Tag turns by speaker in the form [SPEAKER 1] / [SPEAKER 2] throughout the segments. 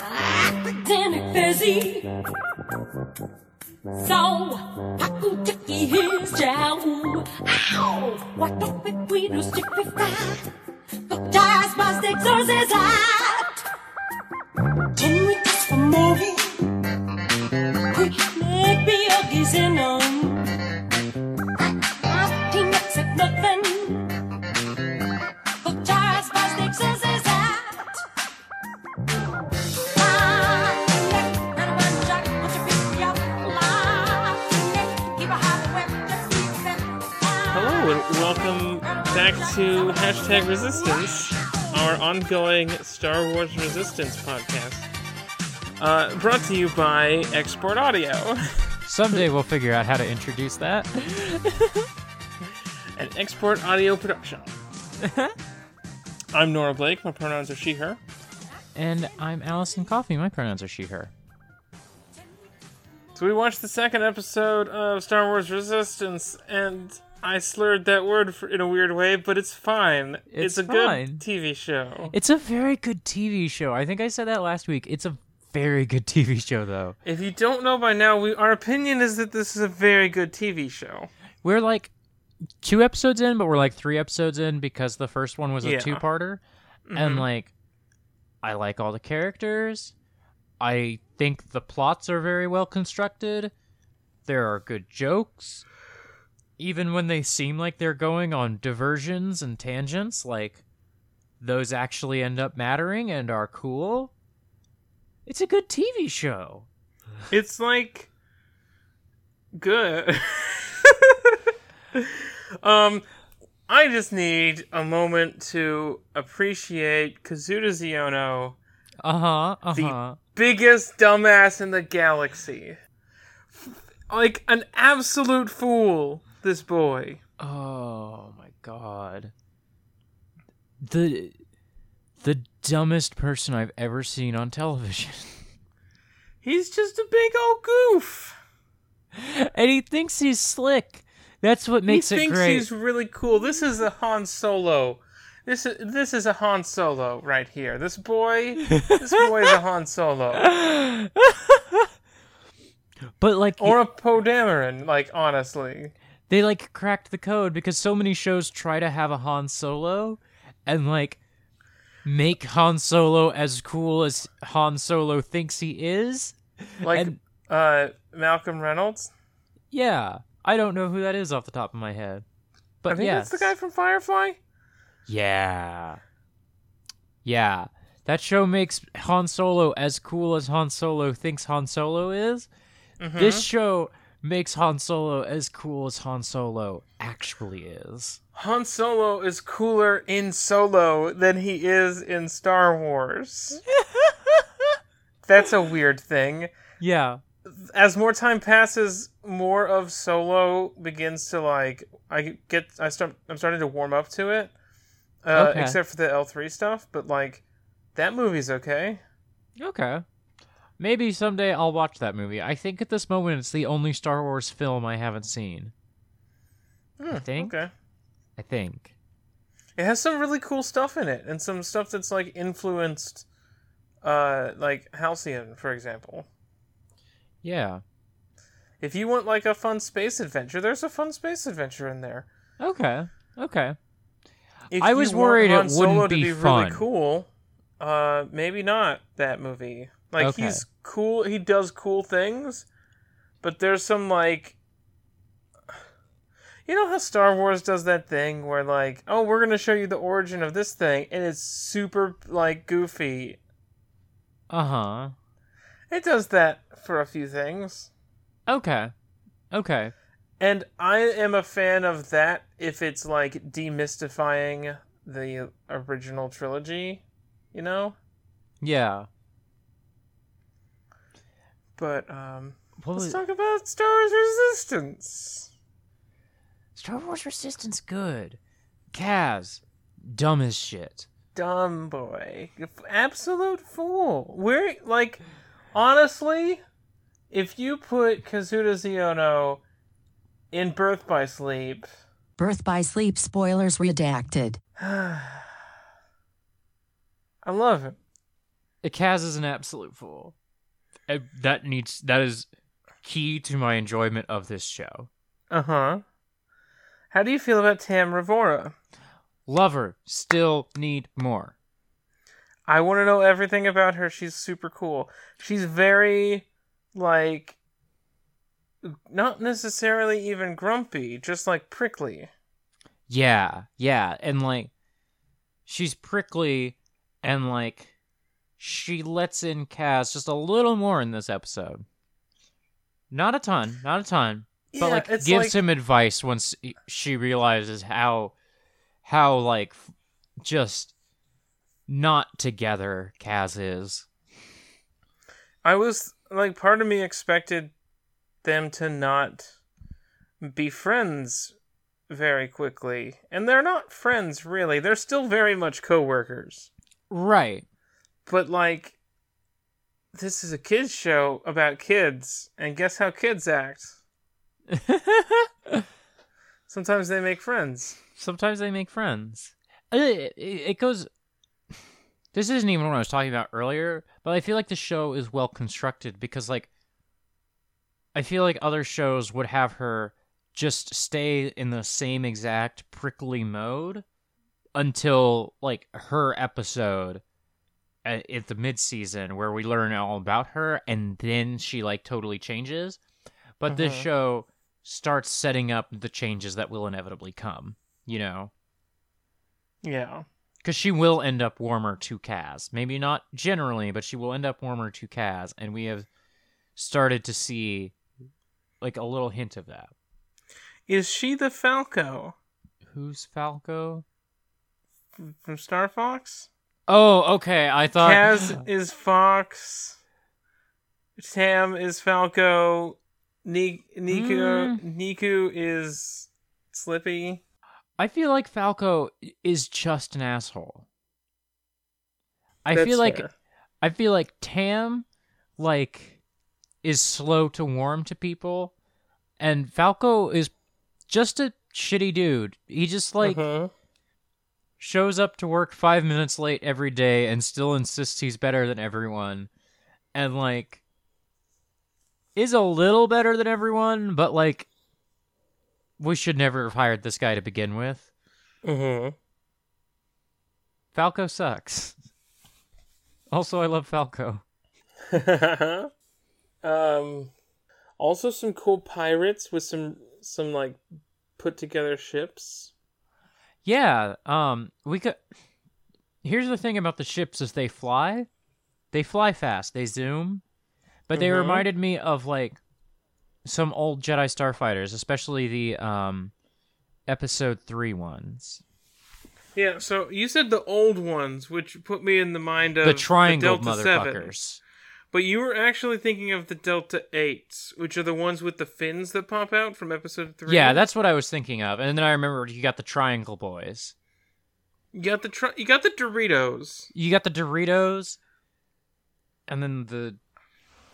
[SPEAKER 1] I've been busy. So, Paku Chucky here's Jow. Ow! What the fuck we do stick with that? The dice must exorcise out. Can we just for movie? Quick, make me a gizino. Nothing except nothing. The dice must exorcise out.
[SPEAKER 2] Hello and welcome back to hashtag Resistance, our ongoing Star Wars Resistance podcast, uh, brought to you by Export Audio,
[SPEAKER 3] Someday we'll figure out how to introduce that.
[SPEAKER 2] an export audio production. I'm Nora Blake. My pronouns are she/her.
[SPEAKER 3] And I'm Allison Coffee. My pronouns are she, her.
[SPEAKER 2] So we watched the second episode of Star Wars Resistance, and I slurred that word for, in a weird way, but it's fine.
[SPEAKER 3] It's
[SPEAKER 2] a
[SPEAKER 3] fine.
[SPEAKER 2] good TV show.
[SPEAKER 3] It's a very good TV show. I think I said that last week. It's a very good TV show, though.
[SPEAKER 2] If you don't know by now, we our opinion is that this is a very good TV show.
[SPEAKER 3] We're like two episodes in, but we're like three episodes in because the first one was a
[SPEAKER 2] Yeah.
[SPEAKER 3] two parter. And like, I like all the characters. I think the plots are very well constructed. There are good jokes. Even when they seem like they're going on diversions and tangents, like those actually end up mattering and are cool. It's a good TV show.
[SPEAKER 2] It's like good. um I just need a moment to appreciate Kazuta Ziono,
[SPEAKER 3] Uh huh. Uh
[SPEAKER 2] The-
[SPEAKER 3] huh.
[SPEAKER 2] biggest dumbass in the galaxy. Like an absolute fool, this boy.
[SPEAKER 3] Oh my god. The the dumbest person I've ever seen on television.
[SPEAKER 2] He's just a big old goof.
[SPEAKER 3] and he thinks he's slick. That's what makes
[SPEAKER 2] he
[SPEAKER 3] it
[SPEAKER 2] thinks
[SPEAKER 3] great.
[SPEAKER 2] he's really cool. This is a Han Solo. This is this is a Han Solo right here. This boy, this boy is a Han Solo
[SPEAKER 3] But like
[SPEAKER 2] or a Poe Dameron. Like honestly,
[SPEAKER 3] they like cracked the code because so many shows try to have a Han Solo and like make Han Solo as cool as Han Solo thinks he is.
[SPEAKER 2] like
[SPEAKER 3] And-
[SPEAKER 2] uh, Malcolm Reynolds.
[SPEAKER 3] Yeah. I don't know who that is off the top of my head. But
[SPEAKER 2] I think
[SPEAKER 3] yes.
[SPEAKER 2] that's the guy from Firefly.
[SPEAKER 3] Yeah. Yeah. That show makes Han Solo as cool as Han Solo thinks Han Solo is.
[SPEAKER 2] Mm-hmm.
[SPEAKER 3] This show makes Han Solo as cool as Han Solo actually is.
[SPEAKER 2] Han Solo is cooler in Solo than he is in Star Wars. that's a weird thing.
[SPEAKER 3] Yeah.
[SPEAKER 2] as more time passes, more of Solo begins to like. I get. I start. I'm starting to warm up to it. Uh,
[SPEAKER 3] Okay.
[SPEAKER 2] Except for the L3 stuff, but like, that movie's okay.
[SPEAKER 3] Okay. Maybe someday I'll watch that movie. I think at this moment it's the only Star Wars film I haven't seen. I think.
[SPEAKER 2] Okay.
[SPEAKER 3] I think.
[SPEAKER 2] It has some really cool stuff in it, and some stuff that's like influenced, uh, like Halcyon, for example.
[SPEAKER 3] Yeah.
[SPEAKER 2] If you want like a fun space adventure, there's a fun space adventure in there.
[SPEAKER 3] Okay. Okay.
[SPEAKER 2] If
[SPEAKER 3] I
[SPEAKER 2] you
[SPEAKER 3] was
[SPEAKER 2] want
[SPEAKER 3] worried it
[SPEAKER 2] Han Solo
[SPEAKER 3] wouldn't
[SPEAKER 2] to
[SPEAKER 3] be
[SPEAKER 2] be
[SPEAKER 3] fun.
[SPEAKER 2] really cool. Uh, maybe not that movie. Like
[SPEAKER 3] Okay.
[SPEAKER 2] he's cool. He does cool things, but there's some like, you know how Star Wars does that thing where like, oh, we're gonna show you the origin of this thing, and it's super like goofy.
[SPEAKER 3] Uh-huh.
[SPEAKER 2] It does that for a few things,
[SPEAKER 3] Okay. Okay.
[SPEAKER 2] and I am a fan of that if it's like demystifying the original trilogy, you know.
[SPEAKER 3] Yeah.
[SPEAKER 2] But um,
[SPEAKER 3] What
[SPEAKER 2] let's
[SPEAKER 3] was-
[SPEAKER 2] talk about Star Wars Resistance.
[SPEAKER 3] Star Wars Resistance good. Kaz, dumb as shit.
[SPEAKER 2] Dumb boy, absolute fool. We're like, honestly, if you put Kazuta Ziono in Birth by Sleep,
[SPEAKER 4] Birth by Sleep spoilers redacted.
[SPEAKER 2] I love him.
[SPEAKER 3] Eh, Kaz is an absolute fool. Uh, That needs that is key to my enjoyment of this show.
[SPEAKER 2] Uh huh. How do you feel about Tam Ravora?
[SPEAKER 3] Lover still need more.
[SPEAKER 2] I want to know everything about her. She's super cool. She's very, like, not necessarily even grumpy, just like prickly.
[SPEAKER 3] Yeah, yeah, and like she's prickly and like she lets in Kaz just a little more in this episode. Not a ton, not a ton, but like gives him advice once he- she realizes how how like f- just not together Kaz is.
[SPEAKER 2] I was like, part of me expected them to not be friends very quickly, and they're not friends really. They're still very much coworkers.
[SPEAKER 3] Right.
[SPEAKER 2] But like, this is a kids show about kids, and guess how kids act? Sometimes they make friends.
[SPEAKER 3] Sometimes they make friends. It, it, it goes. This isn't even what I was talking about earlier, but I feel like the show is well constructed because, like, I feel like other shows would have her just stay in the same exact prickly mode until, like, her episode at, at the mid season where we learn all about her and then she, like, totally changes. But this
[SPEAKER 2] Mhm.
[SPEAKER 3] show starts setting up the changes that will inevitably come, you know?
[SPEAKER 2] Yeah.
[SPEAKER 3] Because she will end up warmer to Kaz. Maybe not generally, but she will end up warmer to Kaz. And we have started to see like a little hint of that.
[SPEAKER 2] Is she the Falco
[SPEAKER 3] Who's Falco?
[SPEAKER 2] from Star Fox?
[SPEAKER 3] Oh, okay. I thought.
[SPEAKER 2] Kaz is Fox. Tam is Falco. Ni- Niku
[SPEAKER 3] Mm.
[SPEAKER 2] Niku is Slippy.
[SPEAKER 3] I feel like Falco is just an asshole. I
[SPEAKER 2] That's
[SPEAKER 3] feel like
[SPEAKER 2] fair.
[SPEAKER 3] I feel like Tam like is slow to warm to people and Falco is just a shitty dude. He just like
[SPEAKER 2] Mhm.
[SPEAKER 3] shows up to work 5 minutes late every day and still insists he's better than everyone and like is a little better than everyone, but like we should never have hired this guy to begin with.
[SPEAKER 2] Mhm.
[SPEAKER 3] Falco sucks. Also, I love Falco.
[SPEAKER 2] um, also some cool pirates with some some like put together ships.
[SPEAKER 3] Yeah, um we could Here's the thing about the ships is they fly. They fly fast. They zoom. But they
[SPEAKER 2] Mhm.
[SPEAKER 3] reminded me of like some old Jedi starfighters, especially the um episode 3 ones.
[SPEAKER 2] Yeah, so you said the old ones, which put me in the mind of
[SPEAKER 3] The triangle
[SPEAKER 2] Delta Seven.
[SPEAKER 3] motherfuckers.
[SPEAKER 2] But you were actually thinking of the Delta Eights, which are the ones with the fins that pop out from episode three.
[SPEAKER 3] Yeah, that's what I was thinking of. And then I remembered you got the triangle boys.
[SPEAKER 2] you got the tri- you got the Doritos.
[SPEAKER 3] You got the Doritos and then the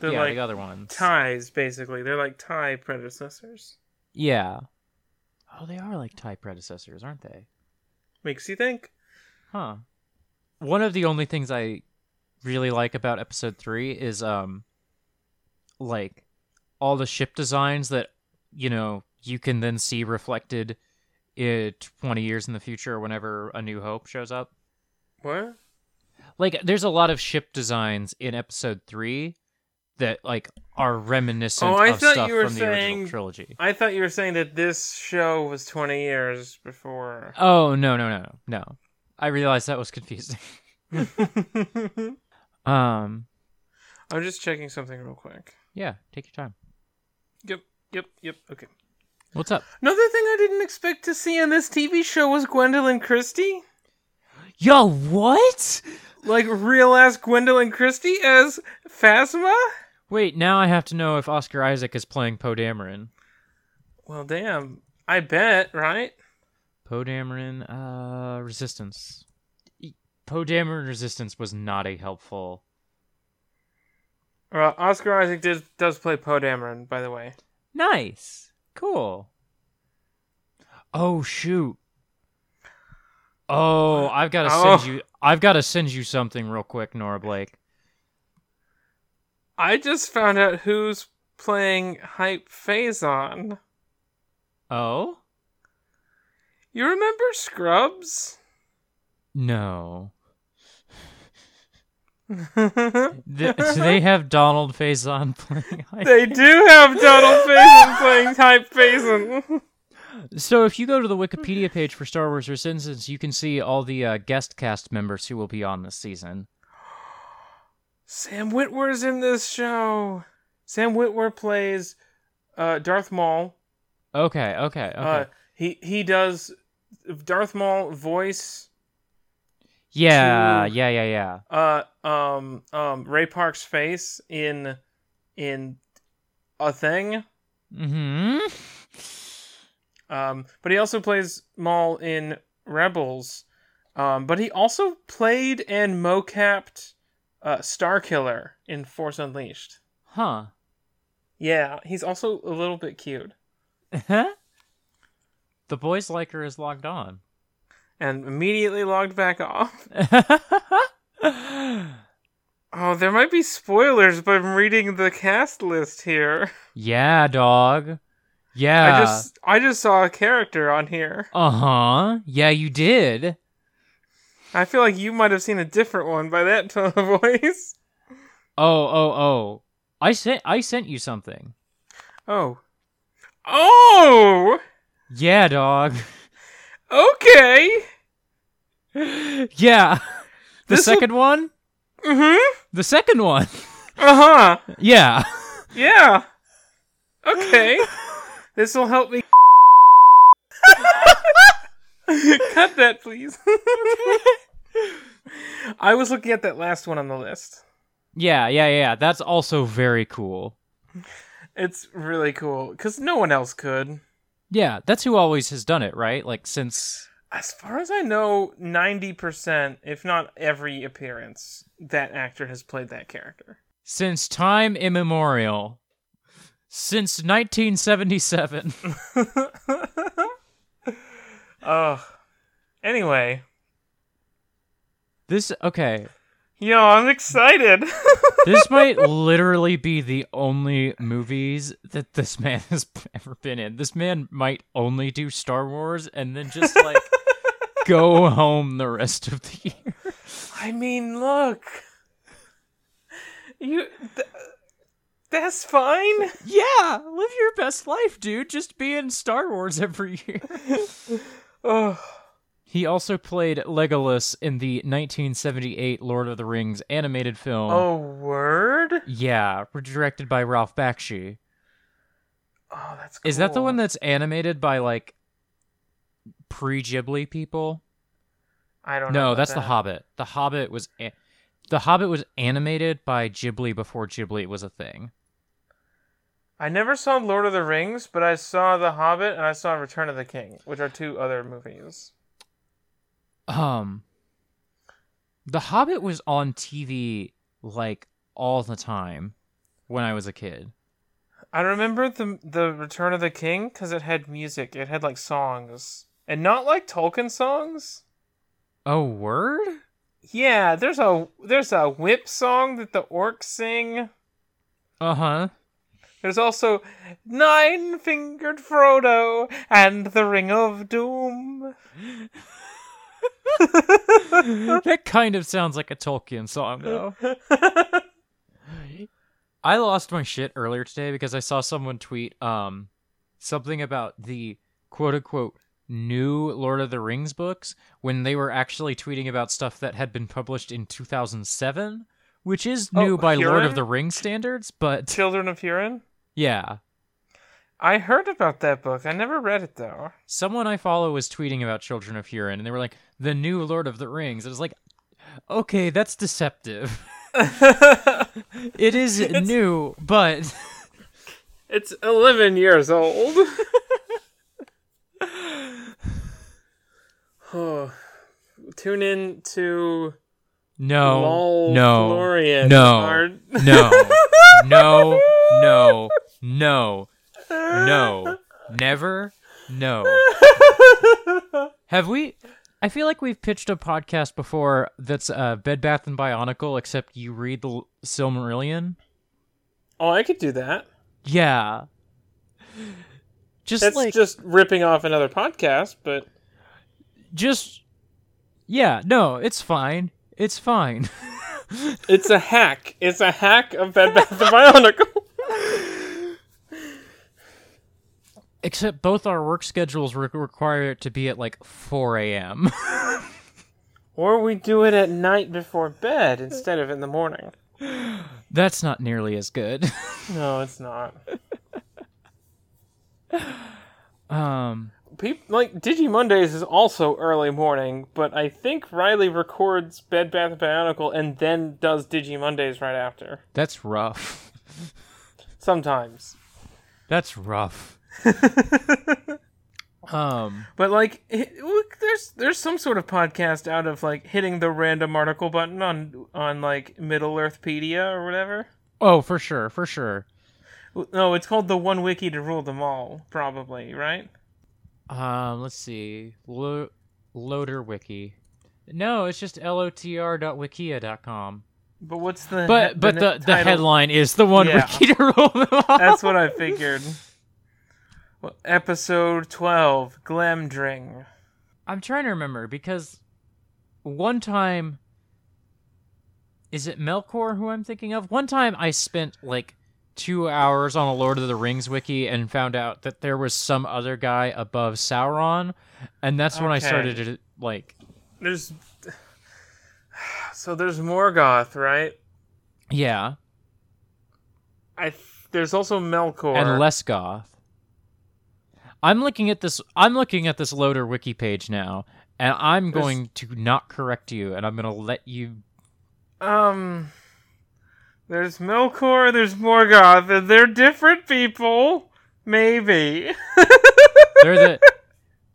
[SPEAKER 2] They're
[SPEAKER 3] yeah,
[SPEAKER 2] like
[SPEAKER 3] the other ones.
[SPEAKER 2] ties, basically. They're like tie predecessors.
[SPEAKER 3] Yeah. Oh, they are like Thai predecessors, aren't they?
[SPEAKER 2] Makes you think.
[SPEAKER 3] Huh. One of the only things I really like about episode 3 is um like all the ship designs that you know you can then see reflected it 20 years in the future whenever a new hope shows up.
[SPEAKER 2] What?
[SPEAKER 3] Like there's a lot of ship designs in episode 3 that like are reminiscent
[SPEAKER 2] Oh, I
[SPEAKER 3] of
[SPEAKER 2] thought
[SPEAKER 3] stuff
[SPEAKER 2] you were
[SPEAKER 3] from the
[SPEAKER 2] saying-
[SPEAKER 3] original trilogy.
[SPEAKER 2] I thought you were saying that this show was twenty years before.
[SPEAKER 3] Oh, no, no, no, no. I realized that was confusing.
[SPEAKER 2] I'm
[SPEAKER 3] Um
[SPEAKER 2] just checking something real quick.
[SPEAKER 3] yeah, take your time.
[SPEAKER 2] Yep, yep, yep. Okay.
[SPEAKER 3] What's up?
[SPEAKER 2] Another thing I didn't expect to see in this TV show was Gwendolyn Christie.
[SPEAKER 3] Yo, what?
[SPEAKER 2] like real ass Gwendolyn Christie as Phasma?
[SPEAKER 3] Wait, now I have to know if Oscar Isaac is playing Poe Dameron.
[SPEAKER 2] Well, damn. I bet, right?
[SPEAKER 3] Poe Dameron, uh, Resistance. E- Poe Dameron Resistance was not a helpful.
[SPEAKER 2] Well, Oscar Isaac did, does play Poe Dameron, by the way.
[SPEAKER 3] Nice, cool. Oh shoot. Oh, I've got to
[SPEAKER 2] Oh.
[SPEAKER 3] send you. I've got to send you something real quick, Nora Blake.
[SPEAKER 2] I just found out who's playing Hype Phazon.
[SPEAKER 3] Oh
[SPEAKER 2] You remember Scrubs?
[SPEAKER 3] no.
[SPEAKER 2] they
[SPEAKER 3] Th- do they have Donald Faison playing? Hype?
[SPEAKER 2] do have Donald Faison playing Hype Phazon.
[SPEAKER 3] so if you go to the Wikipedia page for Star Wars Resistance, you can see all the uh, guest cast members who will be on this season.
[SPEAKER 2] Sam Witwer's in this show. Sam Witwer plays uh, Darth Maul.
[SPEAKER 3] Okay, okay, okay.
[SPEAKER 2] Uh, he he does Darth Maul voice.
[SPEAKER 3] yeah,
[SPEAKER 2] to-
[SPEAKER 3] yeah, yeah, yeah.
[SPEAKER 2] Uh, um, um, Ray Park's face in in a thing.
[SPEAKER 3] Hmm. Mm-hmm.
[SPEAKER 2] Um, but he also plays Maul in Rebels. Um, but he also played and mocapped uh, Starkiller in Force Unleashed.
[SPEAKER 3] Huh.
[SPEAKER 2] Yeah, he's also a little bit cute.
[SPEAKER 3] the boys like her is logged on.
[SPEAKER 2] And immediately logged back off. Oh, there might be spoilers, but I'm reading the cast list here.
[SPEAKER 3] yeah, dog. Yeah.
[SPEAKER 2] I just I just saw a character on here.
[SPEAKER 3] Uh huh. Yeah, you did.
[SPEAKER 2] I feel like you might have seen a different one by that tone of voice.
[SPEAKER 3] Oh, oh, oh. I sent. I sent you something.
[SPEAKER 2] Oh. Oh.
[SPEAKER 3] Yeah, dog.
[SPEAKER 2] Okay.
[SPEAKER 3] yeah. The
[SPEAKER 2] This will-
[SPEAKER 3] second one.
[SPEAKER 2] Mhm.
[SPEAKER 3] The second one.
[SPEAKER 2] Uh-huh.
[SPEAKER 3] yeah.
[SPEAKER 2] Yeah. Okay. this will help me. Cut that, please. I was looking at that last one on the list.
[SPEAKER 3] Yeah, yeah, yeah. That's also very cool.
[SPEAKER 2] It's really cool because no one else could.
[SPEAKER 3] Yeah, that's who always has done it, right? Like since
[SPEAKER 2] As far as I know, 90%, if not every appearance, that actor has played that character.
[SPEAKER 3] since time immemorial. Since 1977.
[SPEAKER 2] Ugh. Anyway,
[SPEAKER 3] this okay.
[SPEAKER 2] yo, I'm excited.
[SPEAKER 3] This might literally be the only movies that this man has ever been in. This man might only do Star Wars and then just like go home the rest of the year.
[SPEAKER 2] I mean, look. You. Th- that's fine.
[SPEAKER 3] Yeah, live your best life, dude. Just be in Star Wars every year.
[SPEAKER 2] Ugh.
[SPEAKER 3] He also played Legolas in the 1978 Lord of the Rings animated film.
[SPEAKER 2] Oh, word?
[SPEAKER 3] Yeah, directed by Ralph Bakshi.
[SPEAKER 2] Oh, that's cool.
[SPEAKER 3] Is that the one that's animated by like pre Ghibli people?
[SPEAKER 2] I don't know.
[SPEAKER 3] No,
[SPEAKER 2] about
[SPEAKER 3] that's The
[SPEAKER 2] that.
[SPEAKER 3] Hobbit. The Hobbit was a- The Hobbit was animated by Ghibli before Ghibli was a thing.
[SPEAKER 2] I never saw Lord of the Rings, but I saw The Hobbit and I saw Return of the King, which are two other movies.
[SPEAKER 3] Um The Hobbit was on TV like all the time when I was a kid.
[SPEAKER 2] I remember the the Return of the King because it had music. It had like songs, and not like Tolkien songs.
[SPEAKER 3] Oh, word?
[SPEAKER 2] Yeah, there's a there's a whip song that the orcs sing.
[SPEAKER 3] Uh-huh.
[SPEAKER 2] There's also Nine Fingered Frodo and the Ring of Doom.
[SPEAKER 3] that kind of sounds like a Tolkien song though. I lost my shit earlier today because I saw someone tweet um something about the quote unquote new Lord of the Rings books when they were actually tweeting about stuff that had been published in 2007, which is
[SPEAKER 2] Oh,
[SPEAKER 3] new by Lord
[SPEAKER 2] Huron?
[SPEAKER 3] of the Rings standards, but
[SPEAKER 2] Children of Huron.
[SPEAKER 3] yeah.
[SPEAKER 2] I heard about that book. I never read it though.
[SPEAKER 3] Someone I follow was tweeting about Children of Huron and they were like the new Lord of the Rings. I was like, "Okay, that's deceptive. it is new, but
[SPEAKER 2] It's 11 years old. oh. Tune in to
[SPEAKER 3] no.
[SPEAKER 2] Lol
[SPEAKER 3] no.
[SPEAKER 2] Florian.
[SPEAKER 3] no.
[SPEAKER 2] Our-
[SPEAKER 3] No. No. No. No. No. Never. No. Have we? I feel like we've pitched a podcast before that's uh, Bed Bath and Bionicle, except you read the L- Silmarillion.
[SPEAKER 2] Oh, I could do that.
[SPEAKER 3] Yeah, just
[SPEAKER 2] That's
[SPEAKER 3] like
[SPEAKER 2] just ripping off another podcast, but
[SPEAKER 3] just yeah. No, it's fine. It's fine.
[SPEAKER 2] it's a hack. It's a hack of Bed Bath and Bionicle.
[SPEAKER 3] Except both our work schedules re- require it to be at like 4 a.m.
[SPEAKER 2] Or we do it at night before bed instead of in the morning.
[SPEAKER 3] That's not nearly as good.
[SPEAKER 2] No, it's not.
[SPEAKER 3] um,
[SPEAKER 2] Peop like Digi Mondays is also early morning, but I think Riley records Bed Bath and Bionicle and then does Digi Mondays right after.
[SPEAKER 3] that's rough.
[SPEAKER 2] Sometimes.
[SPEAKER 3] That's rough. um,
[SPEAKER 2] But like, it, look, there's there's some sort of podcast out of like hitting the random article button on on like Middle Earthpedia or whatever.
[SPEAKER 3] oh, for sure, for sure.
[SPEAKER 2] No, it's called the One Wiki to Rule Them All, probably right.
[SPEAKER 3] Um, let's see. Lo- Loader Wiki. No, it's just lotr.wikia.com.
[SPEAKER 2] But what's the
[SPEAKER 3] But but the, the
[SPEAKER 2] title?
[SPEAKER 3] headline is the one
[SPEAKER 2] Yeah.
[SPEAKER 3] wiki to roll them all.
[SPEAKER 2] That's what I figured. Well, episode twelve, Glamdring.
[SPEAKER 3] I'm trying to remember because one time is it Melkor who I'm thinking of? One time I spent like two hours on a Lord of the Rings wiki and found out that there was some other guy above Sauron, and that's when I
[SPEAKER 2] Okay.
[SPEAKER 3] started to like
[SPEAKER 2] There's so there's Morgoth, right?
[SPEAKER 3] yeah,
[SPEAKER 2] I th- there's also Melkor.
[SPEAKER 3] and Lesgoth. I'm looking at this I'm looking at this loader wiki page now, and I'm
[SPEAKER 2] There's-
[SPEAKER 3] going to not correct you and I'm gonna let you
[SPEAKER 2] um, there's Melkor. There's Morgoth, and they're different people. Maybe.
[SPEAKER 3] They're the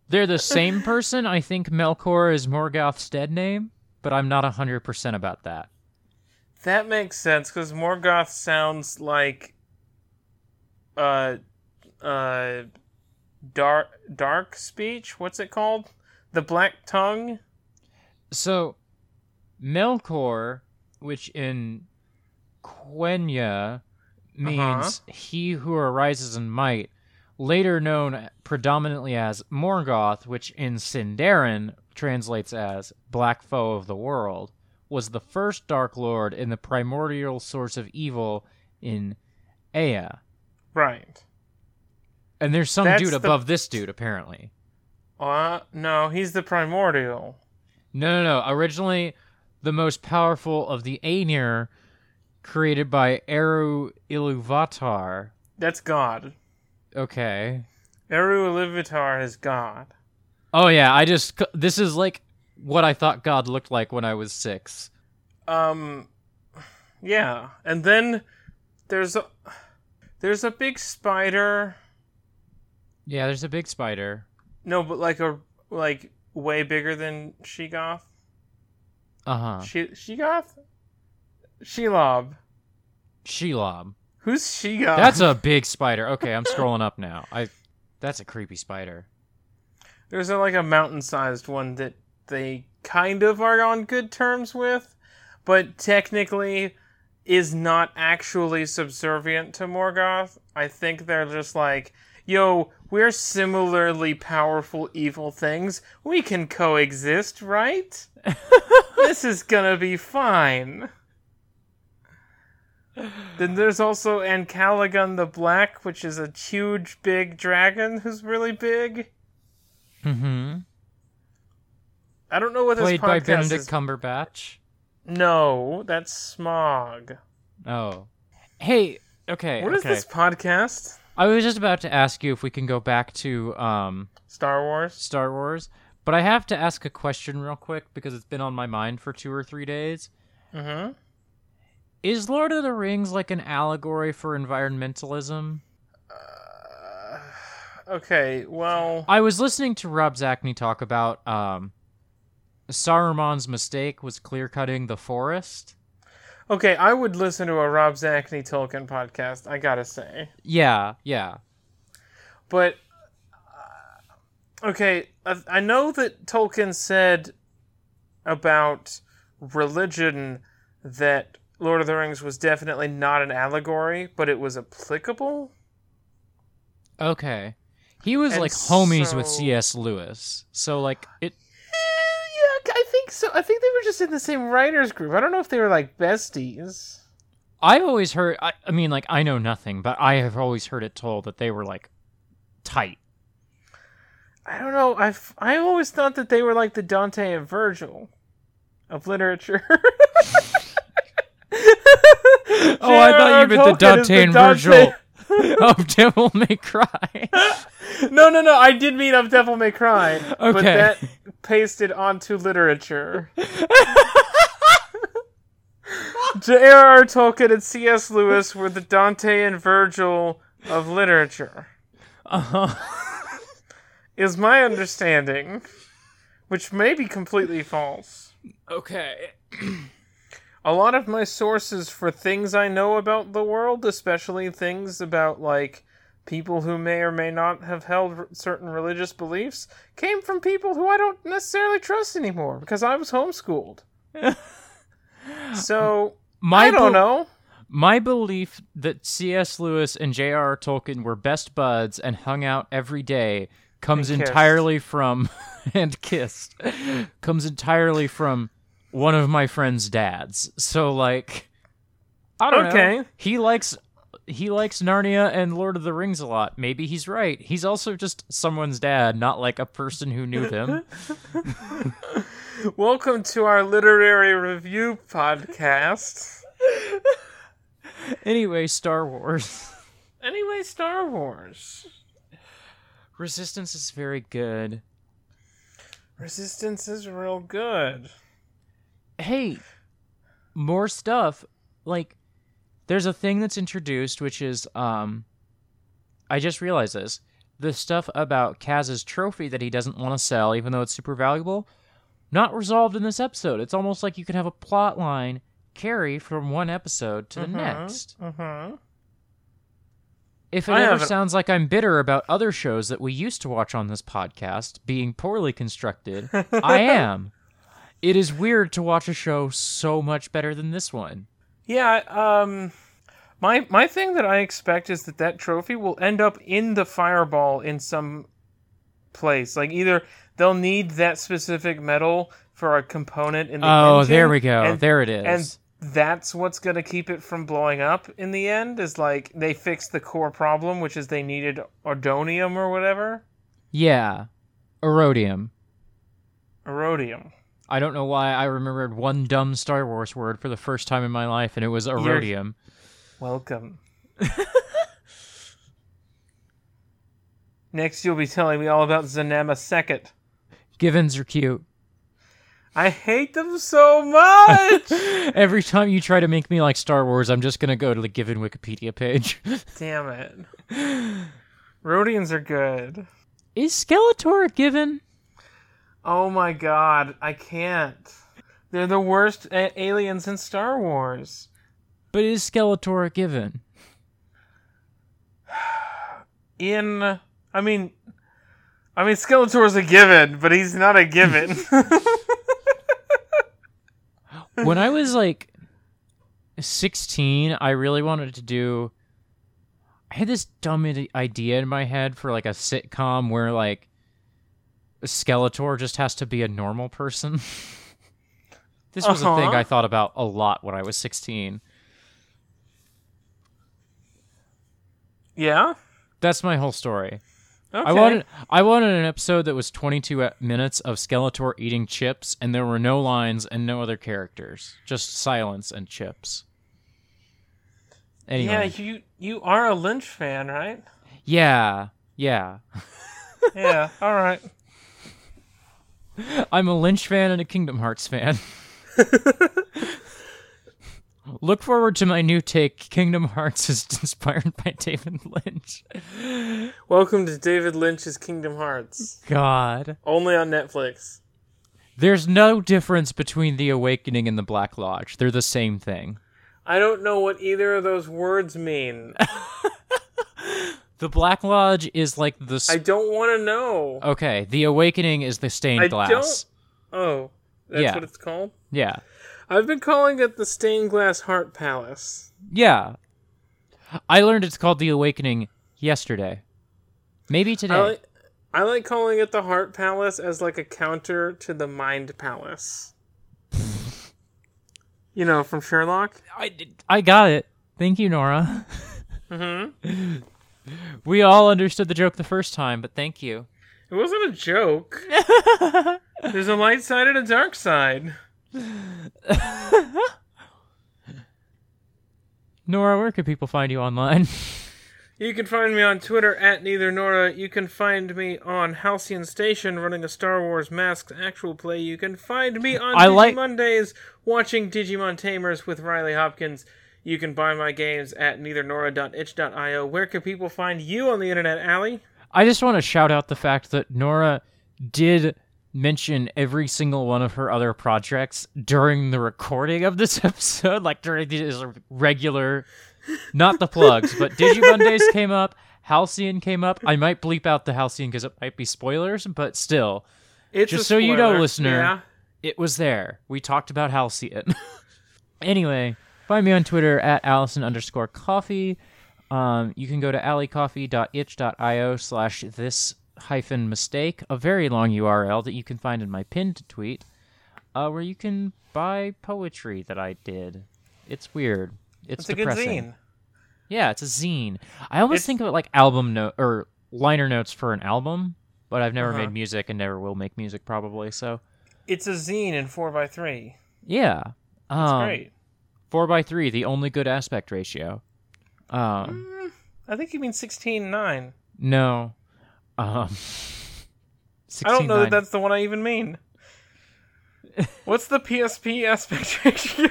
[SPEAKER 3] they're the same person. I think Melkor is Morgoth's dead name, but I'm not hundred percent about that.
[SPEAKER 2] That makes sense because Morgoth sounds like, uh, uh, dark dark speech. What's it called? The black tongue.
[SPEAKER 3] So Melkor, which in Quenya means he who arises in might, later known predominantly as Morgoth, which in Sindarin translates as Black Foe of the World, was the first Dark Lord and the primordial source of evil in Ea.
[SPEAKER 2] Right.
[SPEAKER 3] And there's some
[SPEAKER 2] That's
[SPEAKER 3] dude
[SPEAKER 2] the-
[SPEAKER 3] above this dude, apparently.
[SPEAKER 2] Uh, no, he's the primordial.
[SPEAKER 3] No, no, no. Originally, the most powerful of the Aenir, created by Eru Iluvatar.
[SPEAKER 2] That's God.
[SPEAKER 3] Okay.
[SPEAKER 2] Eru Iluvatar is God.
[SPEAKER 3] Oh, yeah. I just. This is like what I thought God looked like when I was six.
[SPEAKER 2] Um, yeah, and then there's a there's a big spider.
[SPEAKER 3] Yeah, there's a big spider.
[SPEAKER 2] No, but like a like way bigger than Shegoth.
[SPEAKER 3] Uh huh.
[SPEAKER 2] She Shegoth, Shelob.
[SPEAKER 3] Shelob.
[SPEAKER 2] Who's Shegoth?
[SPEAKER 3] That's a big spider. Okay, I'm scrolling up now. I. That's a creepy spider.
[SPEAKER 2] there's a, like a mountain-sized one that they kind of are on good terms with, but technically is not actually subservient to Morgoth. I think they're just like, yo, we're similarly powerful evil things. We can coexist, right? this is gonna be fine. Then there's also Ancalagon the Black, which is a huge, big dragon who's really big.
[SPEAKER 3] Mm hmm.
[SPEAKER 2] I don't know what Mm-hmm. this
[SPEAKER 3] Played by
[SPEAKER 2] podcast
[SPEAKER 3] Benedict
[SPEAKER 2] is.
[SPEAKER 3] Cumberbatch.
[SPEAKER 2] no, that's Smog.
[SPEAKER 3] Oh. Hey. Okay.
[SPEAKER 2] What is
[SPEAKER 3] okay.
[SPEAKER 2] this podcast?
[SPEAKER 3] I was just about to ask you if we can go back to um,
[SPEAKER 2] Star Wars.
[SPEAKER 3] Star Wars, but I have to ask a question real quick because it's been on my mind for two or three days.
[SPEAKER 2] Mm-hmm.
[SPEAKER 3] Is Lord of the Rings like an allegory for environmentalism?
[SPEAKER 2] Okay, well,
[SPEAKER 3] I was listening to Rob Zachney talk about um, Saruman's mistake was clear cutting the forest.
[SPEAKER 2] okay, I would listen to a Rob Zachney Tolkien podcast. I gotta say,
[SPEAKER 3] Yeah, yeah.
[SPEAKER 2] but uh, Okay, I I know that Tolkien said about religion that Lord of the Rings was definitely not an allegory, but it was applicable.
[SPEAKER 3] Okay. He was
[SPEAKER 2] And
[SPEAKER 3] like homies with
[SPEAKER 2] so-
[SPEAKER 3] C.S. Lewis. So like it
[SPEAKER 2] Yeah, I think so. I think they were just in the same writers group. I don't know if they were like besties.
[SPEAKER 3] I've always heard I, I mean like I know nothing, but I have always heard it told that they were like tight.
[SPEAKER 2] I don't know. I've I always thought that they were like the Dante and Virgil of literature. oh,
[SPEAKER 3] Oh, I thought you meant the Dante and Virgil of Devil May Cry.
[SPEAKER 2] No, no, no. I did mean of Devil May Cry, but
[SPEAKER 3] Okay.
[SPEAKER 2] that pasted onto literature. J.R.R. Tolkien and C.S. Lewis were the Dante and Virgil of literature,
[SPEAKER 3] Uh-huh.
[SPEAKER 2] is my understanding, which may be completely false.
[SPEAKER 3] Okay.
[SPEAKER 2] a lot of my sources for things I know about the world, especially things about like people who may or may not have held r- certain religious beliefs, came from people who I don't necessarily trust anymore because I was homeschooled. so
[SPEAKER 3] My
[SPEAKER 2] I don't
[SPEAKER 3] bel-
[SPEAKER 2] know.
[SPEAKER 3] My belief that C.S. Lewis and J.R.R. Tolkien were best buds and hung out every day comes
[SPEAKER 2] And kissed.
[SPEAKER 3] entirely from and kissed comes entirely from one of my friend's dads. So like I don't
[SPEAKER 2] Okay.
[SPEAKER 3] know. He likes he likes Narnia and Lord of the Rings a lot. Maybe he's right. He's also just someone's dad, not like a person who knew them.
[SPEAKER 2] Welcome to our literary review podcast.
[SPEAKER 3] anyway, Star Wars.
[SPEAKER 2] Anyway, Star Wars.
[SPEAKER 3] Resistance is very good.
[SPEAKER 2] Resistance is real good.
[SPEAKER 3] hey, more stuff. Like, there's a thing that's introduced, which is, um, I just realized this. The stuff about Kaz's trophy that he doesn't want to sell, even though it's super valuable, not resolved in this episode. It's almost like you could have a plot line carry from one episode to the next.
[SPEAKER 2] Mm-hmm.
[SPEAKER 3] If it
[SPEAKER 2] I
[SPEAKER 3] ever
[SPEAKER 2] haven't-
[SPEAKER 3] sounds like I'm bitter about other shows that we used to watch on this podcast being poorly constructed, I am. It is weird to watch a show so much better than this one.
[SPEAKER 2] Yeah, um my my thing that I expect is that that trophy will end up in the fireball in some place. Like either they'll need that specific metal for a component in the
[SPEAKER 3] Oh,
[SPEAKER 2] engine,
[SPEAKER 3] there we go.
[SPEAKER 2] and-
[SPEAKER 3] there it
[SPEAKER 2] And
[SPEAKER 3] is.
[SPEAKER 2] that's what's going to keep it from blowing up in the end is like they fixed the core problem, which is they needed ordonium or whatever,
[SPEAKER 3] yeah. Erodium.
[SPEAKER 2] erodium.
[SPEAKER 3] I don't know why I remembered one dumb Star Wars word for the first time in my life, and it was erodium.
[SPEAKER 2] Welcome. Next, you'll be telling me all about Zanema Second.
[SPEAKER 3] Givens are cute.
[SPEAKER 2] I hate them so much.
[SPEAKER 3] Every time you try to make me like Star Wars, I'm just going to go to the given Wikipedia page.
[SPEAKER 2] Damn it. Rhodians are good.
[SPEAKER 3] is Skeletor a given?
[SPEAKER 2] Oh my god, I can't. They're the worst a- aliens in Star Wars.
[SPEAKER 3] But is Skeletor a given?
[SPEAKER 2] In I mean I mean Skeletor's a given, but he's not a given.
[SPEAKER 3] when I was like 16, I really wanted to do. I had this dumb ide- idea in my head for like a sitcom where like Skeletor just has to be a normal person. this was a thing
[SPEAKER 2] Uh-huh.
[SPEAKER 3] I thought about a lot when I was 16.
[SPEAKER 2] yeah?
[SPEAKER 3] That's my whole story.
[SPEAKER 2] Okay.
[SPEAKER 3] I wanted I wanted an episode that was 22 e- minutes of Skeletor eating chips and there were no lines and no other characters, just silence and chips. Anyway.
[SPEAKER 2] Yeah, you you are a Lynch fan, right?
[SPEAKER 3] Yeah, yeah.
[SPEAKER 2] Yeah, alright.
[SPEAKER 3] I'm a Lynch fan and a Kingdom Hearts fan. Look forward to my new take. Kingdom Hearts is inspired by David Lynch.
[SPEAKER 2] Welcome to David Lynch's Kingdom Hearts.
[SPEAKER 3] God.
[SPEAKER 2] Only on Netflix.
[SPEAKER 3] There's no difference between The Awakening and The Black Lodge. They're the same thing.
[SPEAKER 2] I don't know what either of those words mean.
[SPEAKER 3] The Black Lodge is like the s-
[SPEAKER 2] I don't want to know.
[SPEAKER 3] okay. The Awakening is the stained
[SPEAKER 2] I
[SPEAKER 3] glass.
[SPEAKER 2] don't. Oh, that's
[SPEAKER 3] Yeah.
[SPEAKER 2] what it's called.
[SPEAKER 3] Yeah,
[SPEAKER 2] I've been calling it the stained glass heart palace.
[SPEAKER 3] yeah. I learned it's called the Awakening yesterday, maybe today.
[SPEAKER 2] I like, I like calling it the heart palace as like a counter to the mind palace. you know, from Sherlock.
[SPEAKER 3] I, I got it. Thank you, Nora. we all understood the joke the first time, but thank you.
[SPEAKER 2] It wasn't a joke. There's a light side and a dark side.
[SPEAKER 3] Nora, where could people find you online?
[SPEAKER 2] You can find me on Twitter at neither Nora. You can find me on Halcyon Station running a Star Wars Masks actual play. You can find me on
[SPEAKER 3] I like-
[SPEAKER 2] Mondays watching Digimon Tamers with Riley Hopkins. You can buy my games at neithernora.itch.io. Where can people find you on the internet, Allie?
[SPEAKER 3] I just want to shout out the fact that Nora did mention every single one of her other projects during the recording of this episode, like during the regular, not the plugs, but Digimondays came up, Halcyon came up. I might bleep out the Halcyon because it might be spoilers, but still,
[SPEAKER 2] It's
[SPEAKER 3] Just
[SPEAKER 2] a
[SPEAKER 3] so you know,
[SPEAKER 2] spoiler.
[SPEAKER 3] listener.
[SPEAKER 2] Yeah.
[SPEAKER 3] it was there. We talked about Halcyon. anyway, find me on Twitter at Allison underscore coffee. Um, you can go to alleycoffee.itch.io slash this hyphen mistake, a very long URL that you can find in my pinned tweet, uh, where you can buy poetry that I did. It's weird. It's
[SPEAKER 2] It's a good
[SPEAKER 3] depressing.
[SPEAKER 2] zine.
[SPEAKER 3] Yeah, it's a zine. I almost
[SPEAKER 2] It's-
[SPEAKER 3] think of it like album note or liner notes for an album, but I've never
[SPEAKER 2] Uh-huh.
[SPEAKER 3] made music and never will make music probably. So
[SPEAKER 2] It's a zine in 4x3. It's
[SPEAKER 3] yeah, um,
[SPEAKER 2] great.
[SPEAKER 3] Four by three, the only good aspect ratio. Um,
[SPEAKER 2] I think you mean 16.9.
[SPEAKER 3] no, um,
[SPEAKER 2] I don't know that
[SPEAKER 3] 16:9.
[SPEAKER 2] that's the one I even mean. What's the PSP aspect ratio?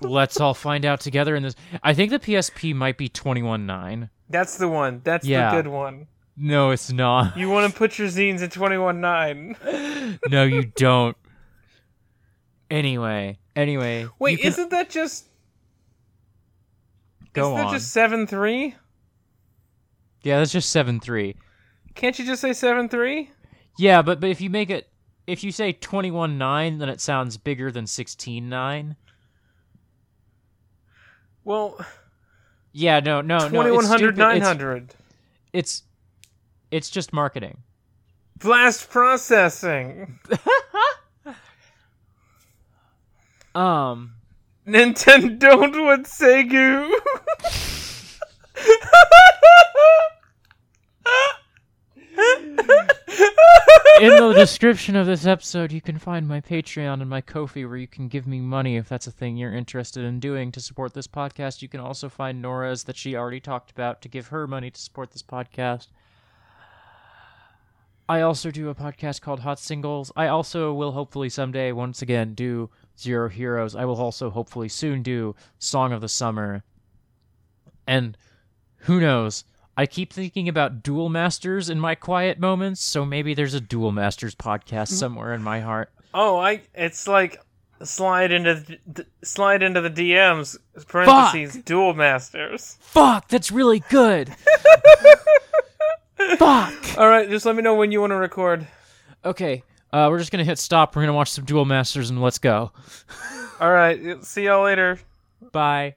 [SPEAKER 3] Let's all find out together in this. I think the PSP might be twenty one nine.
[SPEAKER 2] That's the one. That's
[SPEAKER 3] Yeah.
[SPEAKER 2] the good one.
[SPEAKER 3] No, it's not.
[SPEAKER 2] You want to put your zines at 21.9.
[SPEAKER 3] no, you don't. Anyway, anyway. you
[SPEAKER 2] Wait,
[SPEAKER 3] can
[SPEAKER 2] isn't that just.
[SPEAKER 3] go
[SPEAKER 2] isn't
[SPEAKER 3] on.
[SPEAKER 2] that just 7 3?
[SPEAKER 3] Yeah, that's just seven three.
[SPEAKER 2] Can't you just say 7 3?
[SPEAKER 3] Yeah, but but if you make it if you say twenty one nine, then it sounds bigger than sixteen nine.
[SPEAKER 2] Well,
[SPEAKER 3] Yeah, no, no, no.
[SPEAKER 2] twenty one
[SPEAKER 3] it's
[SPEAKER 2] hundred
[SPEAKER 3] stupid.
[SPEAKER 2] nine
[SPEAKER 3] It's-
[SPEAKER 2] hundred.
[SPEAKER 3] It's it's just marketing.
[SPEAKER 2] Blast processing.
[SPEAKER 3] Um
[SPEAKER 2] Nintendo would Segu.
[SPEAKER 3] in the description of this episode, you can find my Patreon and my Kofi, where you can give me money if that's a thing you're interested in doing to support this podcast. You can also find Nora's that she already talked about to give her money to support this podcast. I also do a podcast called Hot Singles. I also will hopefully someday, once again, do Zero Heroes. I will also hopefully soon do Song of the Summer. And who knows? I keep thinking about dual masters in my quiet moments, so maybe there's a dual masters podcast somewhere in my heart.
[SPEAKER 2] oh, I. It's like slide into the, d- slide into the DMs parentheses dual masters.
[SPEAKER 3] Fuck, that's really good. Fuck.
[SPEAKER 2] All right, just let me know when you want to record.
[SPEAKER 3] Okay, uh, we're just gonna hit stop. We're gonna watch some dual masters and let's go.
[SPEAKER 2] All right, see y'all later.
[SPEAKER 3] Bye.